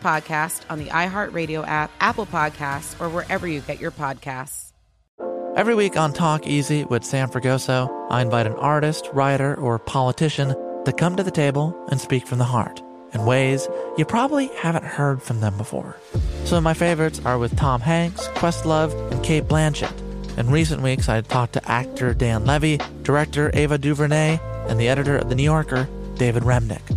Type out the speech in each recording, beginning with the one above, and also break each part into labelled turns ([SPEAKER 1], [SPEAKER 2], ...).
[SPEAKER 1] podcast on the iHeartRadio app, Apple Podcasts, or wherever you get your podcasts.
[SPEAKER 2] Every week on Talk Easy with Sam Fragoso, I invite an artist, writer, or politician to come to the table and speak from the heart in ways you probably haven't heard from them before. Some of my favorites are with Tom Hanks, Questlove, and Kate Blanchett. In recent weeks, I talked to actor Dan Levy, director Ava DuVernay, and the editor of The New Yorker, David Remnick.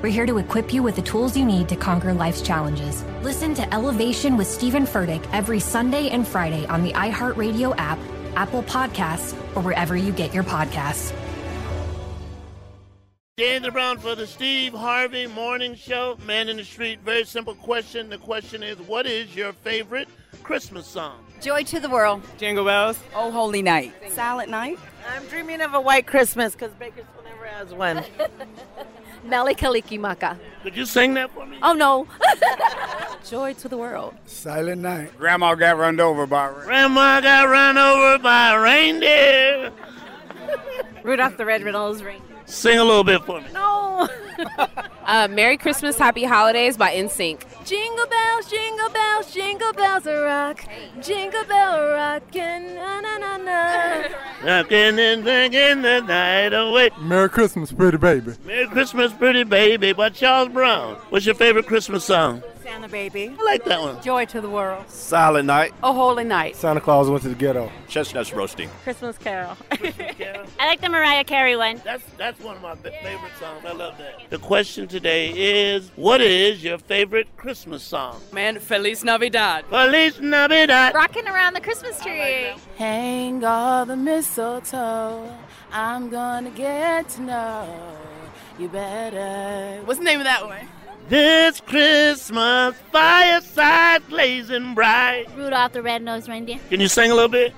[SPEAKER 3] We're here to equip you with the tools you need to conquer life's challenges. Listen to Elevation with Stephen Furtick every Sunday and Friday on the iHeartRadio app, Apple Podcasts, or wherever you get your podcasts.
[SPEAKER 4] Daniel Brown for the Steve Harvey Morning Show. Man in the Street. Very simple question. The question is, what is your favorite Christmas song?
[SPEAKER 5] Joy to the world.
[SPEAKER 6] Jingle bells.
[SPEAKER 7] Oh, holy night.
[SPEAKER 8] Silent night.
[SPEAKER 9] I'm dreaming of a white Christmas because Bakersfield never has one.
[SPEAKER 5] Melikaliki Maka.
[SPEAKER 4] Could you sing that for me?
[SPEAKER 5] Oh no.
[SPEAKER 8] Joy to the world.
[SPEAKER 10] Silent night.
[SPEAKER 6] Grandma got run over by a
[SPEAKER 4] Grandma got run over by a reindeer.
[SPEAKER 9] Rudolph the Red-Nosed Reindeer.
[SPEAKER 4] Sing a little bit for me.
[SPEAKER 9] No.
[SPEAKER 11] uh, Merry Christmas, Happy Holidays by NSYNC.
[SPEAKER 5] Jingle bells, jingle bells, jingle bells are rock. Hey. Jingle bell rockin', na na na na.
[SPEAKER 4] Rockin' and thinking the night away.
[SPEAKER 10] Merry Christmas, pretty baby.
[SPEAKER 4] Merry Christmas, pretty baby by Charles Brown. What's your favorite Christmas song?
[SPEAKER 8] Santa Baby.
[SPEAKER 4] I like that one.
[SPEAKER 8] Joy to the world.
[SPEAKER 6] Silent night.
[SPEAKER 8] Oh, holy night.
[SPEAKER 10] Santa Claus went to the ghetto.
[SPEAKER 6] Chestnuts roasting.
[SPEAKER 9] Christmas Carol.
[SPEAKER 4] Christmas Carol.
[SPEAKER 12] I like the Mariah Carey one.
[SPEAKER 4] That's that's one of my b- favorite songs. I love that. The question today is, what is your favorite Christmas song?
[SPEAKER 7] Man, Feliz Navidad.
[SPEAKER 4] Feliz Navidad.
[SPEAKER 12] Rocking around the Christmas tree.
[SPEAKER 13] Like Hang all the mistletoe. I'm gonna get to know you better.
[SPEAKER 7] What's the name of that one?
[SPEAKER 4] This Christmas fireside blazing bright.
[SPEAKER 12] Rudolph the Red-Nosed Reindeer.
[SPEAKER 4] Can you sing a little bit?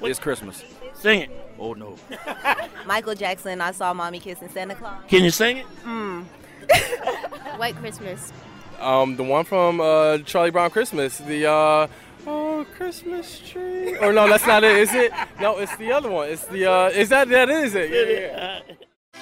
[SPEAKER 12] No.
[SPEAKER 6] It's Christmas.
[SPEAKER 4] Sing it.
[SPEAKER 6] Oh no.
[SPEAKER 14] Michael Jackson, I saw mommy kissing Santa Claus.
[SPEAKER 4] Can you sing it?
[SPEAKER 14] Mm.
[SPEAKER 12] White Christmas.
[SPEAKER 6] Um, the one from uh, Charlie Brown Christmas. The uh, oh Christmas tree. Or no, that's not it. Is it? No, it's the other one. It's the uh, is that that is it? Yeah, yeah.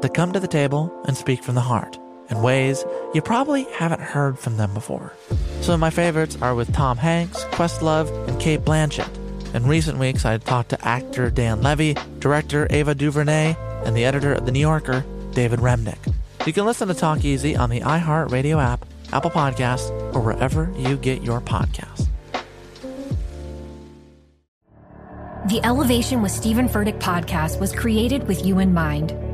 [SPEAKER 2] to come to the table and speak from the heart in ways you probably haven't heard from them before. Some of my favorites are with Tom Hanks, Questlove, and Kate Blanchett. In recent weeks, I had talked to actor Dan Levy, director Ava DuVernay, and the editor of The New Yorker, David Remnick. You can listen to Talk Easy on the iHeartRadio app, Apple Podcasts, or wherever you get your podcasts.
[SPEAKER 3] The Elevation with Stephen Furtick podcast was created with you in mind.